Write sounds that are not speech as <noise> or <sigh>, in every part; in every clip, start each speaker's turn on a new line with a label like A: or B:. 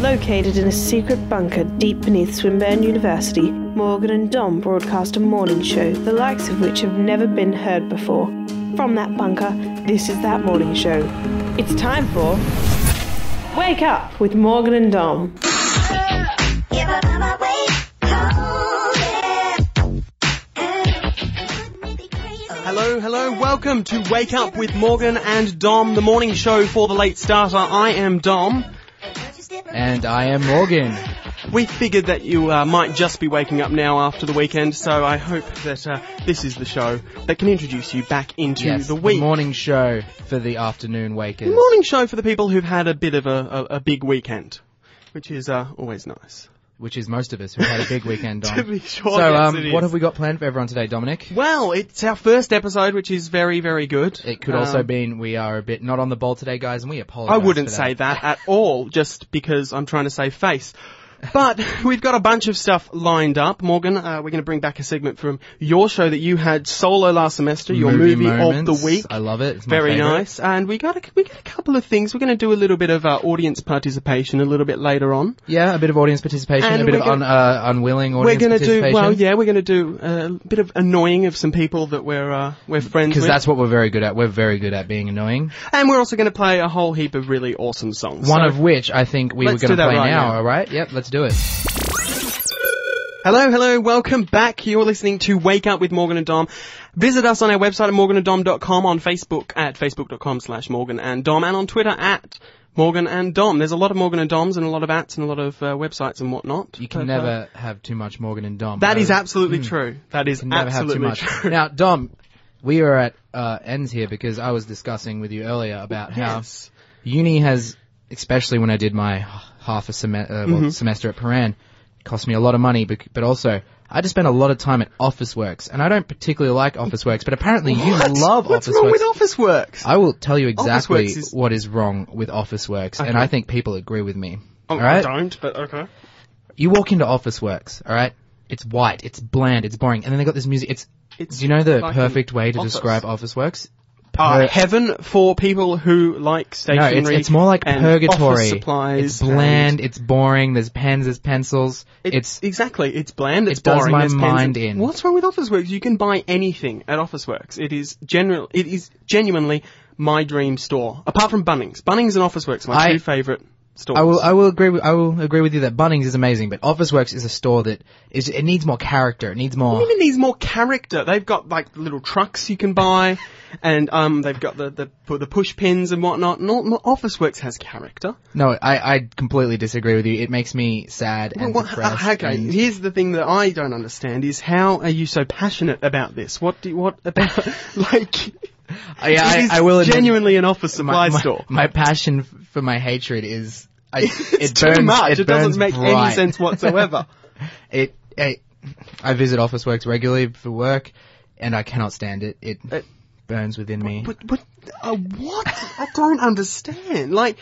A: Located in a secret bunker deep beneath Swinburne University, Morgan and Dom broadcast a morning show, the likes of which have never been heard before. From that bunker, this is that morning show. It's time for Wake Up with Morgan and Dom.
B: Hello, hello, welcome to Wake Up with Morgan and Dom, the morning show for the late starter. I am Dom.
C: And I am Morgan.
B: We figured that you uh, might just be waking up now after the weekend, so I hope that uh, this is the show that can introduce you back into
C: yes,
B: the week.
C: morning show for the afternoon wakers.
B: Morning show for the people who've had a bit of a, a, a big weekend, which is uh, always nice.
C: Which is most of us who had a big
B: <laughs>
C: weekend on.
B: To be sure,
C: so,
B: yes,
C: um,
B: it is.
C: what have we got planned for everyone today, Dominic?
B: Well, it's our first episode, which is very, very good.
C: It could also mean we are a bit not on the ball today, guys, and we apologize.
B: Um, I wouldn't
C: for
B: say that at all, just because I'm trying to save face. But <laughs> we've got a bunch of stuff lined up. Morgan, uh, we're going to bring back a segment from your show that you had solo last semester, your movie, of the
C: moments.
B: week.
C: I love it. It's my
B: Very
C: favourite.
B: nice. And we got a, we got a couple of things. We're going to do a little bit of uh, audience participation a little bit later on.
C: Yeah, a bit of audience participation,
B: And
C: a bit
B: we're
C: of un, uh, unwilling
B: We're
C: audience
B: going to do
C: participation.
B: well. Yeah, we're going to do uh, a bit of annoying of some people that we're uh, we're friends
C: Because
B: with.
C: that's what we're very good at. We're very good at being annoying.
B: and we're also going to play a whole heap of really awesome songs.
C: One
B: So-
C: of which I think we were
B: Let's do
C: going to
B: that
C: play
B: right
C: now,
B: now.
C: alright? Yep, let's do it.
B: Hello, hello, welcome back. You're listening to Wake Up with Morgan and Dom. Visit us on our website at morgananddom.com, on Facebook at facebook.com slash Morgan and Dom, and on Twitter at Morgan and Dom. There's a lot of Morgan and Doms and a lot of ats and a lot of uh, websites and whatnot.
C: You can
B: But, uh,
C: never have too much Morgan and Dom.
B: That is
C: No. Mm.
B: absolutely true. That is
C: can never have too
B: absolutely
C: much.
B: true.
C: Now, Dom, we are at uh, ends here because I was discussing with you earlier about
B: <laughs>
C: how
B: Yes.
C: uni has, especially when I did my h- half a seme- uh, well,
B: Mm-hmm.
C: semester at Paran, cost me a lot of money, bec- but also I just spent a lot of time at Office Works, and I don't particularly like Office Works, but apparently you
B: What?
C: love
B: What's
C: Office
B: wrong
C: Works. Uh,
B: with Office Works?
C: I will tell you exactly
B: Officeworks is-
C: what is wrong with Office Works, and
B: Okay.
C: I think people agree with me.
B: Oh,
C: all right?
B: I don't, but okay.
C: you walk into Office Works, all right? It's white, it's bland, it's boring, and then they got this music. It's,
B: It's
C: do you know the
B: like
C: perfect way to
B: Office.
C: describe Office Works?
B: Uh,
C: Per-
B: heaven for people who like
C: no,
B: stationery.
C: it's, it's more like
B: and
C: purgatory.
B: Office supplies.
C: it's bland, it's boring. There's pens, there's pencils.
B: It-
C: it's
B: exactly. It's bland. It's
C: it does
B: boring.
C: my
B: there's pens
C: mind
B: and-
C: in.
B: What's wrong with Officeworks? You can buy anything at Officeworks. It is general. It is genuinely my dream store. Apart from Bunnings, Bunnings and Officeworks, my
C: I-
B: two favourite stores.
C: I will I will agree with I will agree with you that Bunnings is amazing, but Office Works is a store that is it needs more character. It needs more.
B: Even needs more character. They've got like little trucks you can buy, and um, they've got the the, pu- the push pins and whatnot. And all, Officeworks has character.
C: No, I, I completely disagree with you. It makes me sad and
B: Well, uh,
C: depressed.
B: okay,
C: and-
B: here's the thing that I don't understand: is how are you so passionate about this? What do you, what about <laughs> like?
C: yeah, I,
B: It is
C: I will admit-
B: genuinely an office supply
C: my, my-
B: store.
C: My passion f- for my hatred is I,
B: <laughs> it's
C: it
B: too
C: burns,
B: much. It,
C: burns
B: doesn't make
C: bright.
B: any sense whatsoever.
C: <laughs> It, it, I visit Office Works regularly for work, and I cannot stand it. It
B: Uh,
C: burns within me.
B: but but uh, what? I don't understand. Like.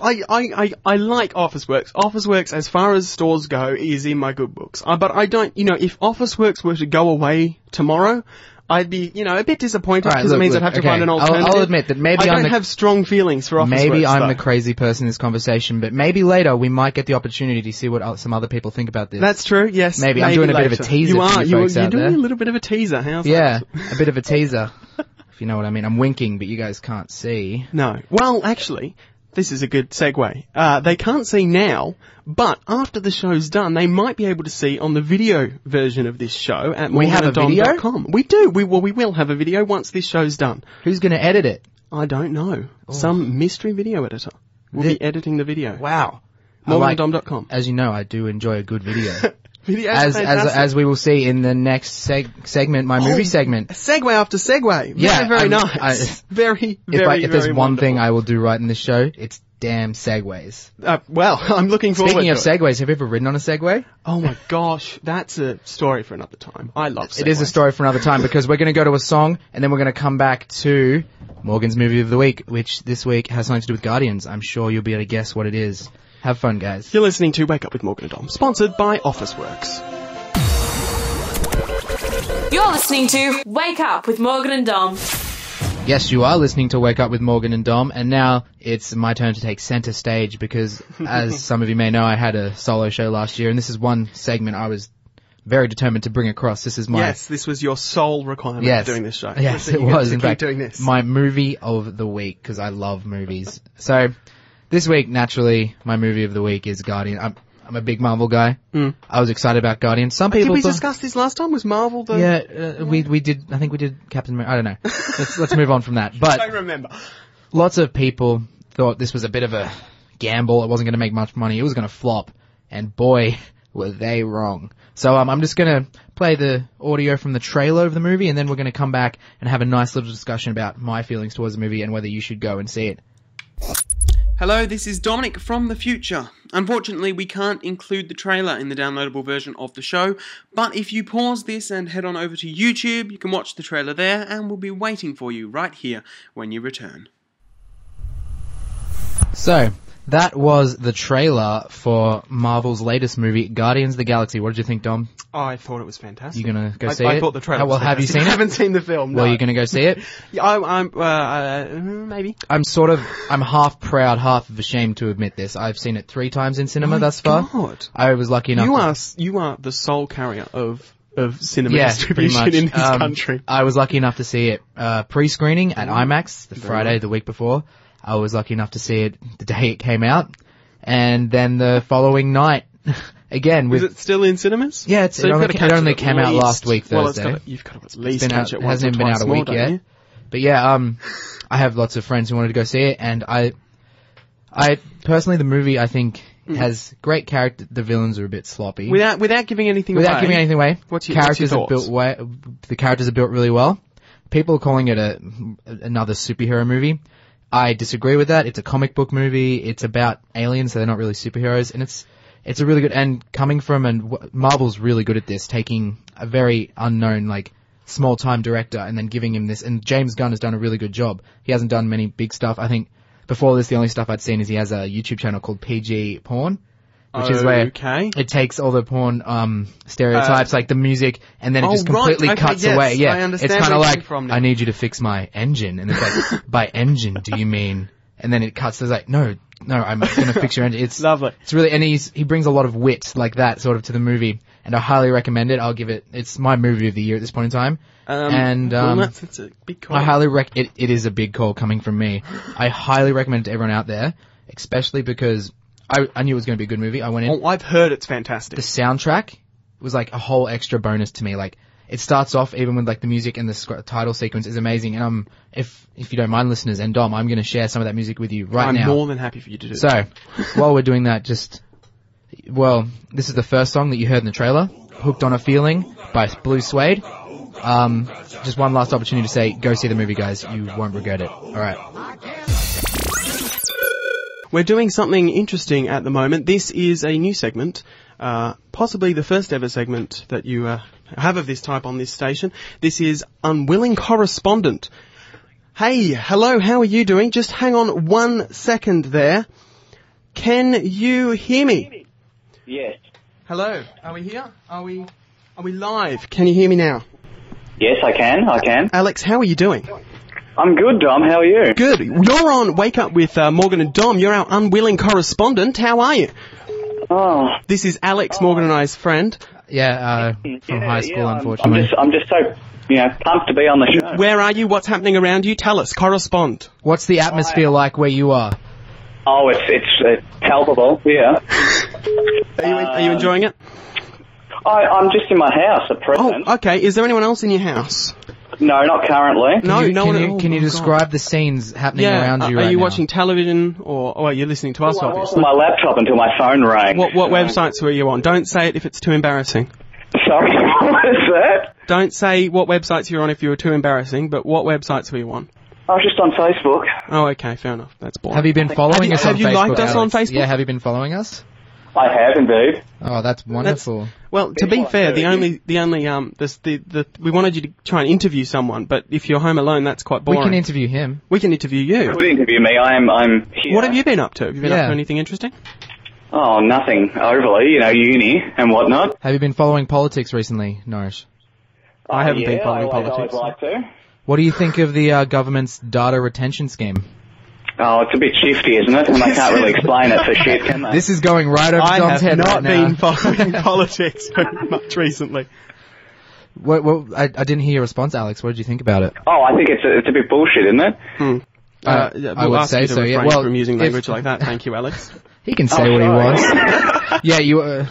B: I, I, I, I like Officeworks. Officeworks, as far as stores go, is in my good books. Uh, but I don't, you know, if Officeworks were to go away tomorrow, I'd be, you know, a bit disappointed
C: All right,
B: because
C: look,
B: it means
C: look,
B: I'd have to
C: okay.
B: find an
C: I'll-
B: alternative.
C: I'll admit that maybe
B: I
C: I'm
B: don't
C: the-
B: have strong feelings for Officeworks.
C: Maybe I'm the
B: though.
C: crazy person in this conversation, but maybe later we might get the opportunity to see what o- some other people think about this.
B: That's true. Yes.
C: Maybe. I'm doing a bit of a
B: later.
C: teaser
B: You
C: for
B: are.
C: you
B: You are
C: folks
B: you're
C: out
B: doing
C: there.
B: a little bit of a teaser. How's that? <laughs>
C: yeah, a bit of a teaser, if you know what I mean. I'm winking, but you guys can't see.
B: No. Well, actually, this is a good segue. Uh, they can't see now, but after the show's done, they might be able to see on the video version of this show at
C: We have a
B: morgananddom.com. We do. We well, we will have a video once this show's done.
C: Who's going to edit it?
B: I don't know. Some mystery video editor will
C: The-
B: be editing the video.
C: Oh. Wow. I like-
B: Morgananddom.com.
C: As you know, I do enjoy a
B: <laughs>
C: good video.
B: Video's
C: as as
B: fantastic. Oh,
C: as we will see in the next seg- segment, my movie segment.
B: Segue after segue.
C: Yeah,
B: very, very
C: I'm-
B: nice.
C: I-
B: <laughs> very,
C: If,
B: very,
C: I, if there's
B: very
C: one thing
B: wonderful.
C: I will do right in this show, it's damn segways.
B: uh, well, <laughs> I'm looking forward.
C: Speaking of
B: to it.
C: segways, have you ever ridden on a segway?
B: oh my gosh, that's a story for another time. I love. Segways.
C: It is a story for another time because we're going to go to a song and then we're going to come back to Morgan's movie of the week, which this week has something to do with Guardians. I'm sure you'll be able to guess what it is. Have fun, guys.
B: You're listening to Wake Up with Morgan and Dom, sponsored by Officeworks.
D: You're listening to Wake Up with Morgan and Dom.
C: Yes, you are listening to Wake Up with Morgan and Dom, and now it's my turn to take center stage because,
B: <laughs>
C: as some of you may know, I had a solo show last year, and this is one segment I was very determined to bring across. This is my
B: Yes, this was your sole requirement
C: Yes.
B: for doing this show.
C: Yes,
B: that
C: it
B: you get
C: was.
B: To
C: In
B: keep
C: fact,
B: doing this.
C: my movie of the week because I love movies. so this week, naturally, my movie of the week is Guardian. I'm, I'm a big Marvel guy.
B: Mm.
C: I was excited about Guardian. Some
B: Did
C: people
B: we
C: thought-
B: discuss this last time? Was Marvel the?
C: yeah, uh, we we did. I think we did Captain. America. I don't know. let's let's move on from that.
B: I <laughs>
C: But
B: don't remember.
C: lots of people thought this was a bit of a gamble. It wasn't going to make much money. It was going to flop. And boy, <laughs> were they wrong. So um, I'm just going to play the audio from the trailer of the movie, and then we're going to come back and have a nice little discussion about my feelings towards the movie and whether you should go and see it.
B: Hello, this is Dominic from the future. Unfortunately, we can't include the trailer in the downloadable version of the show, but if you pause this and head on over to YouTube, you can watch the trailer there, and we'll be waiting for you right here when you return.
C: So that was the trailer for Marvel's latest movie, Guardians of the Galaxy. What did you think, Dom?
B: I thought it was fantastic.
C: You gonna go
B: I,
C: see
B: I
C: it?
B: thought the trailer.
C: Oh, well,
B: was
C: have you
B: fantastic.
C: seen
B: <laughs>
C: it?
B: I haven't seen the film.
C: Well,
B: no.
C: you're going to go
B: <laughs>
C: see it.
B: Yeah, I'm. I'm uh, uh, maybe.
C: I'm sort of, I'm half proud, half ashamed to admit this. I've seen it three times in cinema
B: My
C: thus far.
B: God.
C: I was lucky enough.
B: You
C: to-
B: are s- you are the sole carrier of of cinema
C: yeah, pretty
B: distribution
C: much.
B: in this
C: Um,
B: country. Mm-hmm.
C: I was lucky enough to see it uh, pre-screening at IMAX the Friday the week before. I was lucky enough to see it the day it came out, and then the following night <laughs> again with
B: Is it still in cinemas?
C: Yeah, it's- it
B: you've
C: only-
B: gotta
C: it
B: catch
C: only
B: at
C: came out
B: least-
C: last week,
B: Well, it's
C: Thursday.
B: gotta, you've got to at least
C: been
B: catch
C: out-
B: it once
C: hasn't
B: or
C: been out
B: twice
C: a
B: more,
C: week
B: don't
C: yet.
B: you?
C: But yeah, um, I have lots of friends who wanted to go see it, and I, I personally, the movie I think
B: Mm.
C: has great character. The villains are a bit sloppy.
B: Without without giving anything
C: Without
B: away.
C: giving anything away,
B: What's your- what's your
C: characters are built way, the characters are built really well. People are calling it a another superhero movie. I disagree with that. It's a comic book movie. It's about aliens, so they're not really superheroes, and it's it's a really good and coming from and w- Marvel's really good at this, taking a very unknown like small time director and then giving him this. And James Gunn has done a really good job. He hasn't done many big stuff. I think before this, the only stuff I'd seen is he has a YouTube channel called PG Porn, which is where
B: okay.
C: it takes all the porn um, stereotypes, like the music, and then it
B: Uh, Oh,
C: just
B: right.
C: completely
B: Okay,
C: cuts
B: yes.
C: away. Yeah,
B: I understand
C: it's
B: where
C: kind of
B: you're
C: like
B: coming from now.
C: I need you to fix my engine, and it's
B: <laughs>
C: like by engine do you mean? And then it cuts. It's like no, no, I'm gonna fix your engine. It's
B: <laughs> Lovely.
C: It's really and he's he brings a lot of wit like that sort of to the movie, and I highly recommend it. I'll give it. It's my movie of the year at this point in time,
B: Um,
C: and
B: well,
C: um,
B: that's, it's a big call.
C: I highly rec. It, it is a big call coming from me. I highly recommend it to everyone out there, especially because I, I knew it was going to be a good movie. I went in
B: Oh, I've heard it's fantastic.
C: the soundtrack was like a whole extra bonus to me. Like it starts off even with like the music and the sc- title sequence is amazing. And um, if if you don't mind, listeners and Dom, I'm going to share some of that music with you right
B: I'm
C: now.
B: more than happy for you to do. that.
C: so while we're doing that, just well, this is the first song that you heard in the trailer, "Hooked on a Feeling" by Blue Suede. Um, just one last opportunity to say, go see the movie, guys. You won't regret it. All right.
B: We're doing something interesting at the moment. This is a new segment, uh, possibly the first ever segment that you uh, have of this type on this station. This is Unwilling Correspondent. Hey, hello, how are you doing? Just hang on one second there. Can you hear me?
D: Yes.
B: Hello, are we here? Are we? Are we live? Can you hear me now?
D: Yes, I can. I can.
B: Alex, how are you doing?
D: I'm good, Dom. How are you?
B: Good. You're on Wake Up with uh, Morgan and Dom. You're our unwilling correspondent. How are you?
D: Oh,
B: This is Alex, Morgan and I's friend.
C: Yeah, uh, from
D: Mm, yeah,
C: high school,
D: yeah, I'm-
C: unfortunately.
D: I'm just, I'm just so, you know, pumped to be on the show.
B: Where are you? What's happening around you? Tell us. Correspond.
C: What's the atmosphere like where you are?
D: oh, it's it's uh, palpable. Yeah.
B: Are you, are you enjoying it?
D: I, I'm just in my house at present.
B: Oh, okay. Is there anyone else in your house?
D: No, not currently.
B: No,
C: Can you,
B: no
C: can
B: one.
C: you,
B: oh,
C: can you
B: my God.
C: describe the scenes happening
B: Yeah.
C: around
B: are-
C: you
B: are
C: right
B: you
C: now?
B: watching television or? Oh, well, you're listening to us,
D: Well, I was
B: obviously.
D: on my laptop until my phone rang.
B: What what websites were you on? Don't say it if it's too embarrassing.
D: <laughs> Sorry, <laughs> what was that?
B: Don't say what websites you're on if you were too embarrassing. But what websites were you on?
D: I was just on Facebook.
B: Oh, okay. Fair enough. That's boring.
C: Have you been following
B: you-
C: us
B: have
C: on
B: you
C: Facebook?
B: liked us on
C: Alex?
B: Facebook?
C: Yeah, have you been following us?
D: I have indeed.
C: Oh, that's wonderful.
B: Well, to be
D: what,
B: fair, the
D: uh,
B: only the only um this, the the we wanted you to try and interview someone, but if you're home alone, that's quite
C: we
B: boring.
C: can interview him.
B: We can interview you.
D: Good interview me. I am. I'm here.
B: What have you been up to? Have you been up
C: Yeah.
B: to anything interesting?
D: Oh, nothing overly. You know, uni and whatnot.
C: Have you been following politics recently, Nourish?
B: I haven't been
D: Oh, Yeah,
B: following
D: I, always-
B: politics.
D: I would like to.
C: What do you think of the uh, government's data retention scheme?
D: Oh, it's a bit shifty, isn't it? And they can't really explain it for shit, can they?
C: This is going right over
B: I have
C: Dom's head
B: not
C: right now.
B: been following <laughs> politics very much recently.
C: What, what, I, I didn't hear your response, Alex. What did you think about it?
D: oh, I think it's a, it's a bit bullshit, isn't it?
B: Uh, yeah,
C: I
B: we'll
C: would
B: ask
C: say
B: you to
C: so, yeah.
B: refrain
C: Well,
B: from using
C: if-
B: language like that. Thank you,
C: <laughs>
B: Alex.
C: He
B: Oh,
C: can say what he
D: sorry.
C: wants.
B: <laughs>
C: yeah, you. Uh,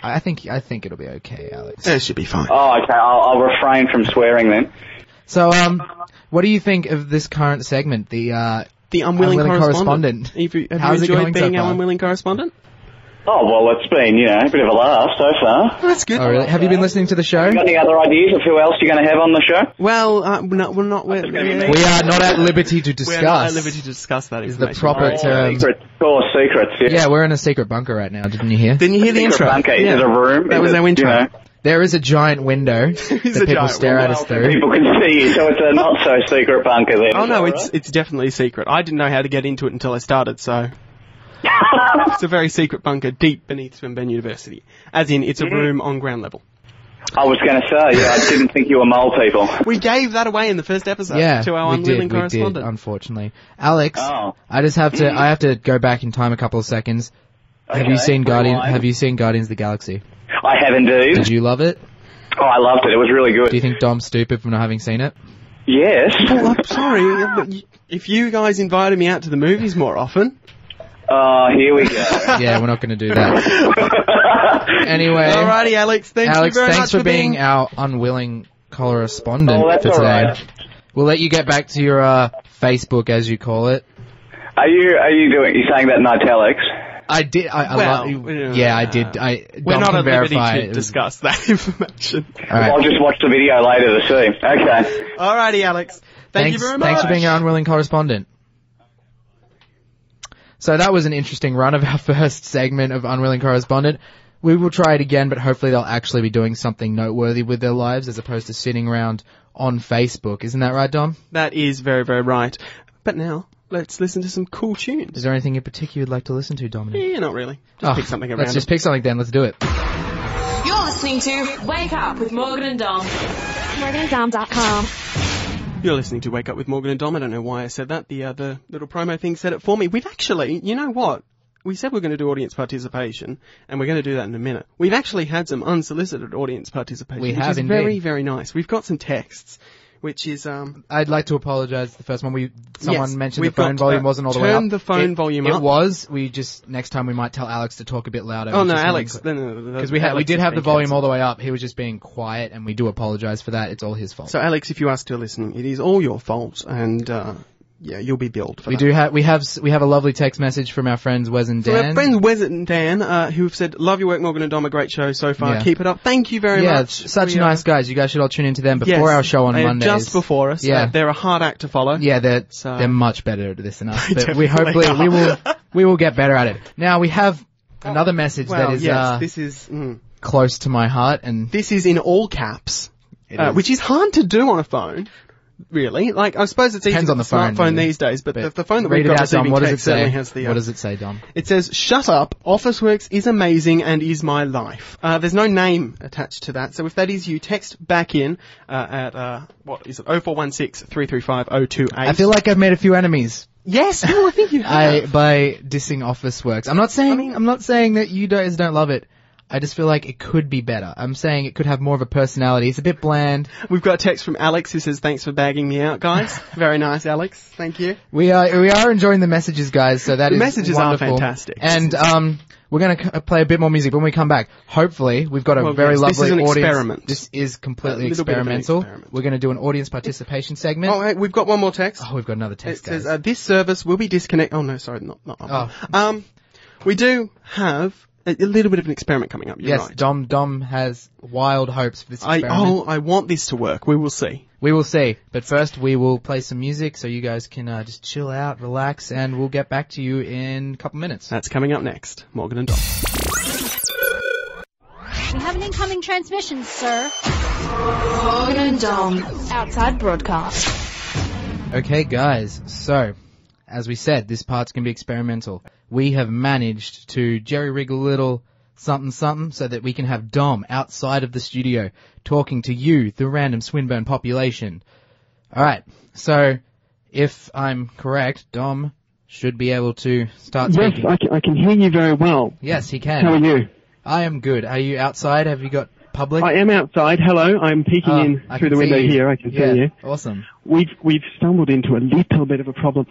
C: I I think I think it'll be okay, Alex.
B: it should be fine.
D: Oh, okay. I'll, I'll refrain from swearing then.
C: So, um, what do you think of this current segment? The uh,
B: The unwilling,
C: Unwilling
B: correspondent.
C: correspondent.
B: Have you, have
C: How's it
B: you
C: going
B: enjoyed
C: so
B: being
C: far?
B: our unwilling correspondent?
D: Oh, well, it's been, you know, a bit of a laugh so far.
B: That's good.
C: oh, really? Have you been listening to the show?
D: Got any other ideas of who else you're going to have on the show?
B: Well, uh, we're not. We're not we're,
D: gonna be me.
C: We are not at liberty to
B: we're
C: discuss.
B: not at liberty to discuss that.
C: is the
B: information.
C: proper term.
D: Secrets. Store secrets, yeah.
C: Yeah, we're in a secret bunker right now. Didn't you hear?
B: Didn't you hear the
D: Secret
B: intro?
D: bunker. Is
B: Yeah.
D: it a room?
B: That
D: Is
B: was
D: it,
B: our intro.
D: You know,
C: There is a giant window that
B: It's a
C: people
B: giant
C: stare at us
B: window.
C: through.
D: people can see you, so it's a not so secret bunker then.
B: Oh
D: is
B: no,
D: that
B: it's
D: right?
B: it's definitely secret. I didn't know how to get into it until I started,
D: <laughs>
B: so it's a very secret bunker deep beneath Swinburne University. As in, it's a room on ground level.
D: I was going to say, yeah, I didn't think you were mole people.
B: We gave that away in the first episode
C: Yeah,
B: to our
C: we did. Um,
B: unwilling
C: We
B: correspondent.
C: did. Unfortunately, Alex,
D: Oh.
C: I just have to. I have to go back in time a couple of seconds. Have you
D: Okay,
C: seen Guardian?
D: rewind.
C: Have you seen Guardians of the Galaxy?
D: I have
C: Did
D: indeed.
C: you love it?
D: Oh, I loved it. It was really good.
C: Do you think Dom's stupid for not having seen it?
D: Yes.
B: Well, I'm sorry, but y- if you guys invited me out to the movies more often,
D: Oh, here we
C: <laughs>
D: go. Oh,
C: Yeah, we're not going to do that. anyway,
B: alrighty, Alex. Thank
C: Alex,
B: you very
C: thanks
B: much
C: for, being,
B: being
C: our unwilling correspondent
D: Oh, that's
C: for today.
D: alright.
C: We'll let you get back to your uh, Facebook, as you call it.
D: Are you are you doing? You saying that in italics?
C: I did. I, I
B: Well,
C: lo-
B: uh,
C: yeah, I did. I
B: We're
C: Dom
B: not
C: can
B: at liberty
C: verify.
B: to
C: it was-
B: discuss that <laughs> information.
C: all right.
D: I'll just watch the video later to see. Okay.
B: Alrighty, Alex. Thank
C: thanks,
B: you very much.
C: thanks for being our unwilling correspondent. So that was an interesting run of our <laughs> first segment of Unwilling Correspondent. We will try it again, but hopefully they'll actually be doing something noteworthy with their lives as opposed to sitting around on Facebook. Isn't that right, Dom?
B: That is very, very right. But now, let's listen to some cool tunes.
C: Is there anything in particular you'd like to listen to, Dominic?
B: Yeah, not really.
C: Oh,
B: Just pick something
C: let's
B: around.
C: just pick something then. Let's do it.
E: You're listening to Wake Up with Morgan and Dom.
F: MorganandDom.com.
B: You're listening to Wake Up with Morgan and Dom. I don't know why I said that. The other little promo thing said it for me. We've actually, you know what? We said we're going to do audience participation, and we're going to do that in a minute. We've actually had some unsolicited audience participation,
C: We
B: which
C: have
B: is
C: indeed.
B: very, very nice. We've got some texts, which is um.
C: I'd like to apologise. The first one we someone
B: Yes,
C: mentioned the
B: we've
C: phone
B: got,
C: volume
B: uh,
C: wasn't all the way up.
B: turn the phone
C: It-
B: volume
C: it
B: up.
C: was. We just next time we might tell Alex to talk a bit louder.
B: Oh
C: which
B: no,
C: is
B: Alex.
C: something-
B: Because
C: Because we had we did have the volume all the way up. He was just being quiet, and we do apologise for that. It's all his fault.
B: So Alex, if you are still listening, it is all your fault, and uh, yeah, you'll be billed for
C: we
B: that.
C: do have we have s- we have a lovely text message from our friends Wes and
B: So our
C: Dan.
B: friends Wes and Dan, uh, who have said, love your work, Morgan and Dom, a great show so far.
C: Yeah.
B: Keep it up. Thank you very
C: yeah,
B: much.
C: s- such
B: We, uh,
C: nice guys. You guys should all tune into them before
B: yes,
C: our show on
B: they are
C: Mondays.
B: Just before us.
C: Yeah.
B: Uh, they're a hard act to follow.
C: Yeah, they're
B: So-
C: they're much better at this
B: <laughs>
C: than us.
B: They
C: But we
B: definitely
C: hopefully we will
B: are. Oh,
C: we will get better at it. Now we have another message
B: Well,
C: that is
B: yes,
C: uh,
B: this is mm,
C: close to my heart, and
B: this is in all caps,
C: it
B: uh,
C: is-
B: which is hard to do on a phone. Really, like I suppose it's
C: Depends
B: easy
C: on the
B: with a smartphone
C: phone, really.
B: these days, but,
C: but
B: the, the phone that
C: read
B: we've
C: it
B: got
C: out,
B: receiving
C: Dom. What does it
B: text certainly
C: say?
B: has the. Uh,
C: what does it say, Dom?
B: It says, shut up, Officeworks is amazing and is my life. Uh, there's no name attached to that, so if that is you, text back in uh, at, uh, what is it, 0416 335 028.
C: I feel like I've made a few enemies
B: Yes, no, I think you have.
C: <laughs> I by dissing Office Works. I'm not saying I
B: mean-
C: am not saying that you guys don't love it. I just feel like it could be better. I'm saying it could have more of a personality. It's a bit bland.
B: We've got a text from Alex who says, thanks for bagging me out, <laughs> guys. Very nice, Alex. Thank you.
C: We are we are enjoying the messages, guys. So that
B: The
C: is
B: messages are
C: wonderful.
B: fantastic.
C: And um, we're gonna c- play a bit more music when we come back. Hopefully, we've got a
B: Well,
C: very
B: yes, this
C: lovely
B: is an
C: audience.
B: experiment.
C: This is completely
B: A little bit of an
C: experimental.
B: experiment.
C: We're gonna do an audience participation segment.
B: Oh,
C: Oh,
B: hey, we've got one more text.
C: we've got another
B: it
C: text, guys.
B: says, uh, this service will be disconnected. Oh, no, sorry, not, not that one. Um, we do have a, a little bit of an experiment coming up. You're
C: yes,
B: right.
C: Dom Dom has wild hopes for this
B: I,
C: experiment.
B: oh, I want this to work. We will see.
C: We will see. But first, we will play some music so you guys can uh, just chill out, relax, and we'll get back to you in a couple minutes.
B: That's coming up next. Morgan and Dom.
F: We have an incoming transmission, sir.
E: Morgan and Dom.
F: Outside broadcast.
C: Okay, guys. So, as we said, this part's going to be experimental. We have managed to jerry rig a little something something so that we can have Dom outside of the studio talking to you, the random Swinburne population. All right. So, if I'm correct, Dom should be able to start
G: Yes,
C: speaking.
G: I can, I can hear you very well.
C: Yes, he
G: How are
C: can.
G: you?
C: I am good. Are you outside? Have you got public?
G: I am outside. Hello, I'm peeking
C: Oh,
G: in
C: I
G: through
C: can
G: the window
C: see you.
G: here. I can
C: yeah,
G: see you.
C: Awesome.
G: We've we've stumbled into a little bit of a problem.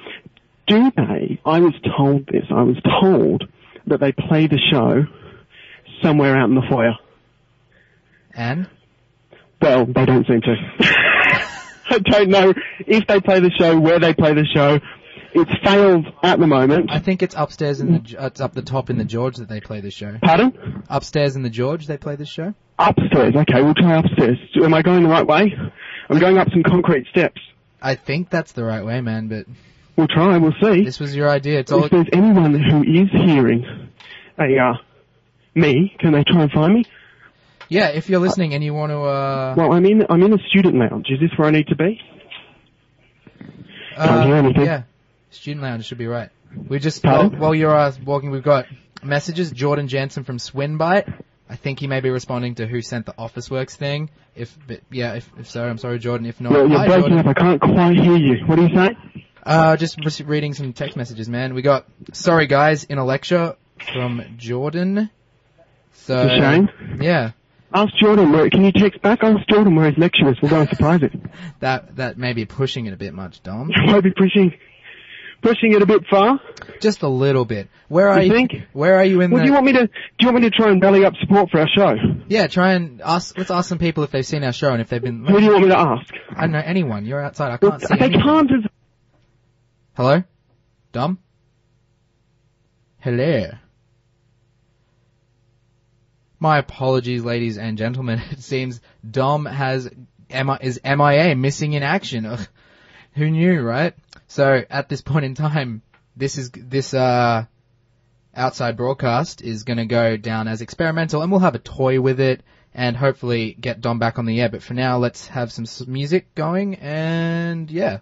G: Do they? I was told this. I was told that they play the show somewhere out in the foyer.
C: And
G: Well, they don't seem to. <laughs> I don't know if they play the show, where they play the show. It's failed at the moment.
C: I think it's upstairs in the Ge-
G: Mm.
C: uh, it's up the top in the George that they play this show.
G: Pardon?
C: Upstairs in the George they play this show.
G: Upstairs. Okay, we'll try upstairs. Am I going the right way? I'm going up some concrete steps.
C: I think that's the right way, man. But
G: We'll try. We'll see.
C: this was your idea. It's
G: <laughs>
C: all
G: if there's anyone who is hearing a uh, me, can they try and find me?
C: yeah. If you're listening and you want to, uh,
G: Well, I'm in I'm in a student lounge. Is this where I need to be?
C: uh,
G: hear anything.
C: yeah, student lounge should be right. We just while,
G: Pardon?
C: while you're uh, walking, we've got messages. Jordan Jansen from Swinbite. I think he may be responding to who sent the Office Works thing. If, but yeah, if, if so, I'm sorry, Jordan. If not,
G: Well, you're
C: hi,
G: breaking
C: Jordan.
G: up. I can't quite hear you. What do you say?
C: Uh, just re- reading some text messages, man. We got sorry guys in a lecture from Jordan. So
G: It's a shame.
C: yeah,
G: Ask Jordan where. Can you text back? Ask Jordan where his lecture is. We'll go and surprise him. <laughs>
C: that that may be pushing it a bit much, Dom.
G: I might be pushing pushing it a bit far.
C: Just a little bit. Where are
G: You
C: you?
G: think?
C: Where are you in
G: Well,
C: the?
G: do you want me to? Do you want me to try and rally up support for our show?
C: yeah, try and ask. Let's ask some people if they've seen our show and if they've been.
G: Who do you want me to ask?
C: I don't know anyone. You're outside. I
G: Well,
C: can't see.
G: they
C: anyone.
G: can't. As,
C: Hello, Dom. Hello. My apologies, ladies and gentlemen. <laughs> It seems Dom has M- is MIA, missing in action. Ugh. Who knew, right? So at this point in time, this is this uh outside broadcast is going to go down as experimental, and we'll have a toy with it and hopefully get Dom back on the air. But for now, let's have some s- music going, and yeah.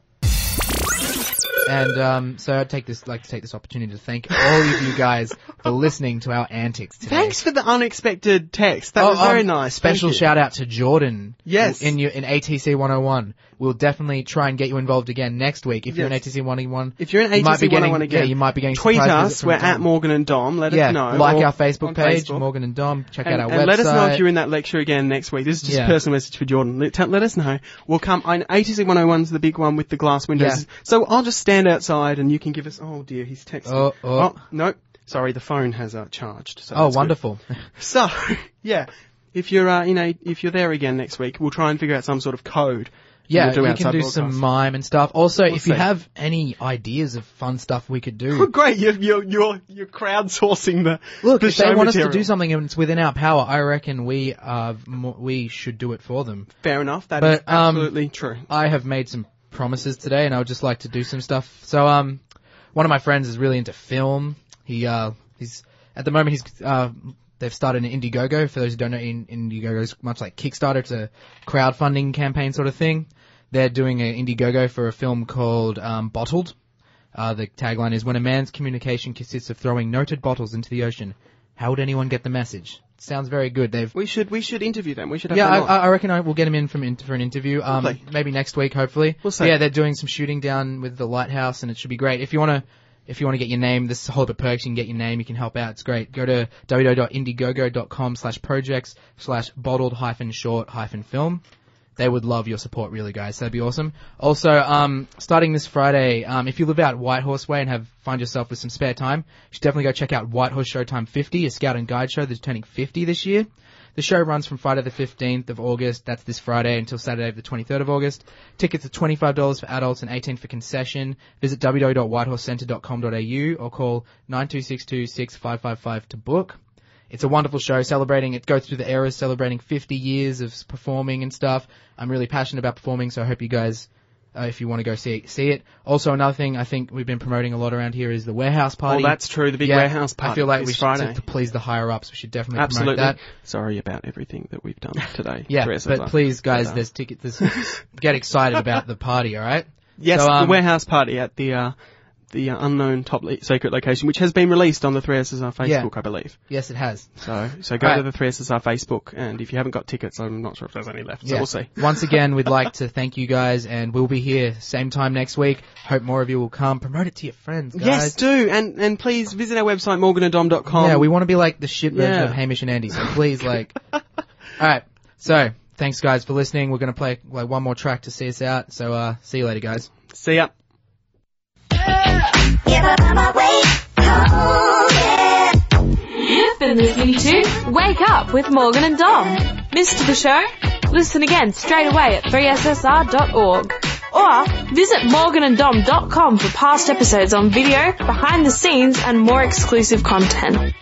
C: And um, so I'd take this like to take this opportunity to thank all of you guys for listening to our antics today.
B: Thanks for the unexpected text. That
C: Oh,
B: was very
C: um,
B: nice.
C: Special
B: Thank you.
C: shout out to Jordan.
B: Yes.
C: In your in ATC 101. We'll definitely try and get you involved again next week. If you're in
B: Yes.
C: ATC 101,
B: If you're in
C: you might be
B: ATC
C: getting,
B: 101 again,
C: yeah, you might be getting
B: tweet
C: surprise visits
B: us.
C: from
B: We're
C: Dom.
B: at Morgan and Dom. Let
C: yeah,
B: us know.
C: like
B: or
C: our
B: on
C: Facebook page,
B: Facebook.
C: Morgan and Dom. Check
B: And,
C: out our
B: and
C: website.
B: let us know if you're in that lecture again next week. This is just
C: Yeah.
B: a personal message for Jordan. Let, tell- let us know. We'll come. I, ATC 101's the big one with the glass windows.
C: Yeah.
B: So I'll just stand outside and you can give us. Oh dear, he's texting.
C: Oh, oh.
B: no. Sorry, the phone has uh, charged. So
C: Oh,
B: that's good.
C: wonderful. <laughs>
B: So <laughs> yeah, if you're uh, you know if you're there again next week, we'll try and figure out some sort of code.
C: Yeah,
B: We'll do
C: we
B: outside
C: can do
B: broadcast.
C: some mime and stuff. Also, if
B: see.
C: you have any ideas of fun stuff we could
B: Oh, <laughs>
C: do,
B: great! You're you're you're, you're crowdsourcing the
C: look,
B: The
C: if they
B: show
C: want us
B: material.
C: to do something and it's within our power, I reckon we uh mo- we should do it for them.
B: Fair enough. That is
C: But, um,
B: absolutely true.
C: I have made some promises today, and I would just like to do some stuff. So, um, one of my friends is really into film. He, uh, he's at the moment he's uh, they've started an Indiegogo. For those who don't know, in- Indiegogo is much like Kickstarter. It's a crowdfunding campaign sort of thing. They're doing an Indiegogo for a film called um, Bottled. Uh, the tagline is "When a man's communication consists of throwing noted bottles into the ocean, how would anyone get the message?" Sounds very good. They've
B: We should we should interview them. We should have
C: yeah,
B: them on.
C: I, I reckon I will get him in from in, for an interview. Um,
B: Lovely.
C: maybe next week, hopefully.
B: We'll see.
C: Yeah, they're doing some shooting down with the lighthouse, and it should be great. If you wanna, if you wanna get your name, this whole bit perks. You can get your name. You can help out. It's great. Go to www.indiegogo.com slash projects slash bottled hyphen short hyphen film. They would love your support, really, guys. That'd be awesome. Also, um, starting this Friday, um, if you live out Whitehorse Way and have find yourself with some spare time, you should definitely go check out Whitehorse Showtime 50, a scout and guide show that's turning 50 this year. The show runs from Friday the 15th of August, that's this Friday, until Saturday the 23rd of August. Tickets are $25 for adults and 18 for concession. Visit www.whitehorsecentre.com.au or call 9262-6555 to book. It's a wonderful show celebrating, it goes through the eras celebrating 50 years of s- performing and stuff. I'm really passionate about performing, so I hope you guys uh, if you want to go see it, see it. Also, another thing I think we've been promoting a lot around here is the warehouse party.
B: Oh, that's true. The big
C: Yeah,
B: warehouse party.
C: I feel like
B: this
C: we should,
B: Friday.
C: to, to please the higher ups, we should definitely
B: Absolutely.
C: promote that.
B: Sorry about everything that we've done today.
C: Yeah,
B: Teresa,
C: but please, guys,
B: uh,
C: there's tickets. There's, get excited about the party, all right?
B: yes,
C: so, um,
B: the warehouse party at the uh, the uh, unknown top le- secret location, which has been released on the 3SSR Facebook,
C: Yeah.
B: I believe.
C: Yes, it has.
B: So, so go
C: Right.
B: to the 3SSR Facebook, and if you haven't got tickets, I'm not sure if there's any left, so
C: Yeah.
B: we'll see.
C: Once again, we'd like to thank you guys, and we'll be here same time next week. Hope more of you will come. Promote it to your friends, guys.
B: Yes, do, and, and please visit our website, morganadom.com.
C: Yeah, we want to be like the shit version
B: Yeah.
C: of Hamish
B: <laughs>
C: and Andy. So please, like, all right. So thanks, guys, for listening. We're gonna play like one more track to see us out. So uh, see you later, guys.
B: See ya.
E: You've been listening to Wake Up with Morgan and Dom. Missed the show? Listen again straight away at 3ssr.org. Or visit morgananddom.com for past episodes on video, behind the scenes, and more exclusive content.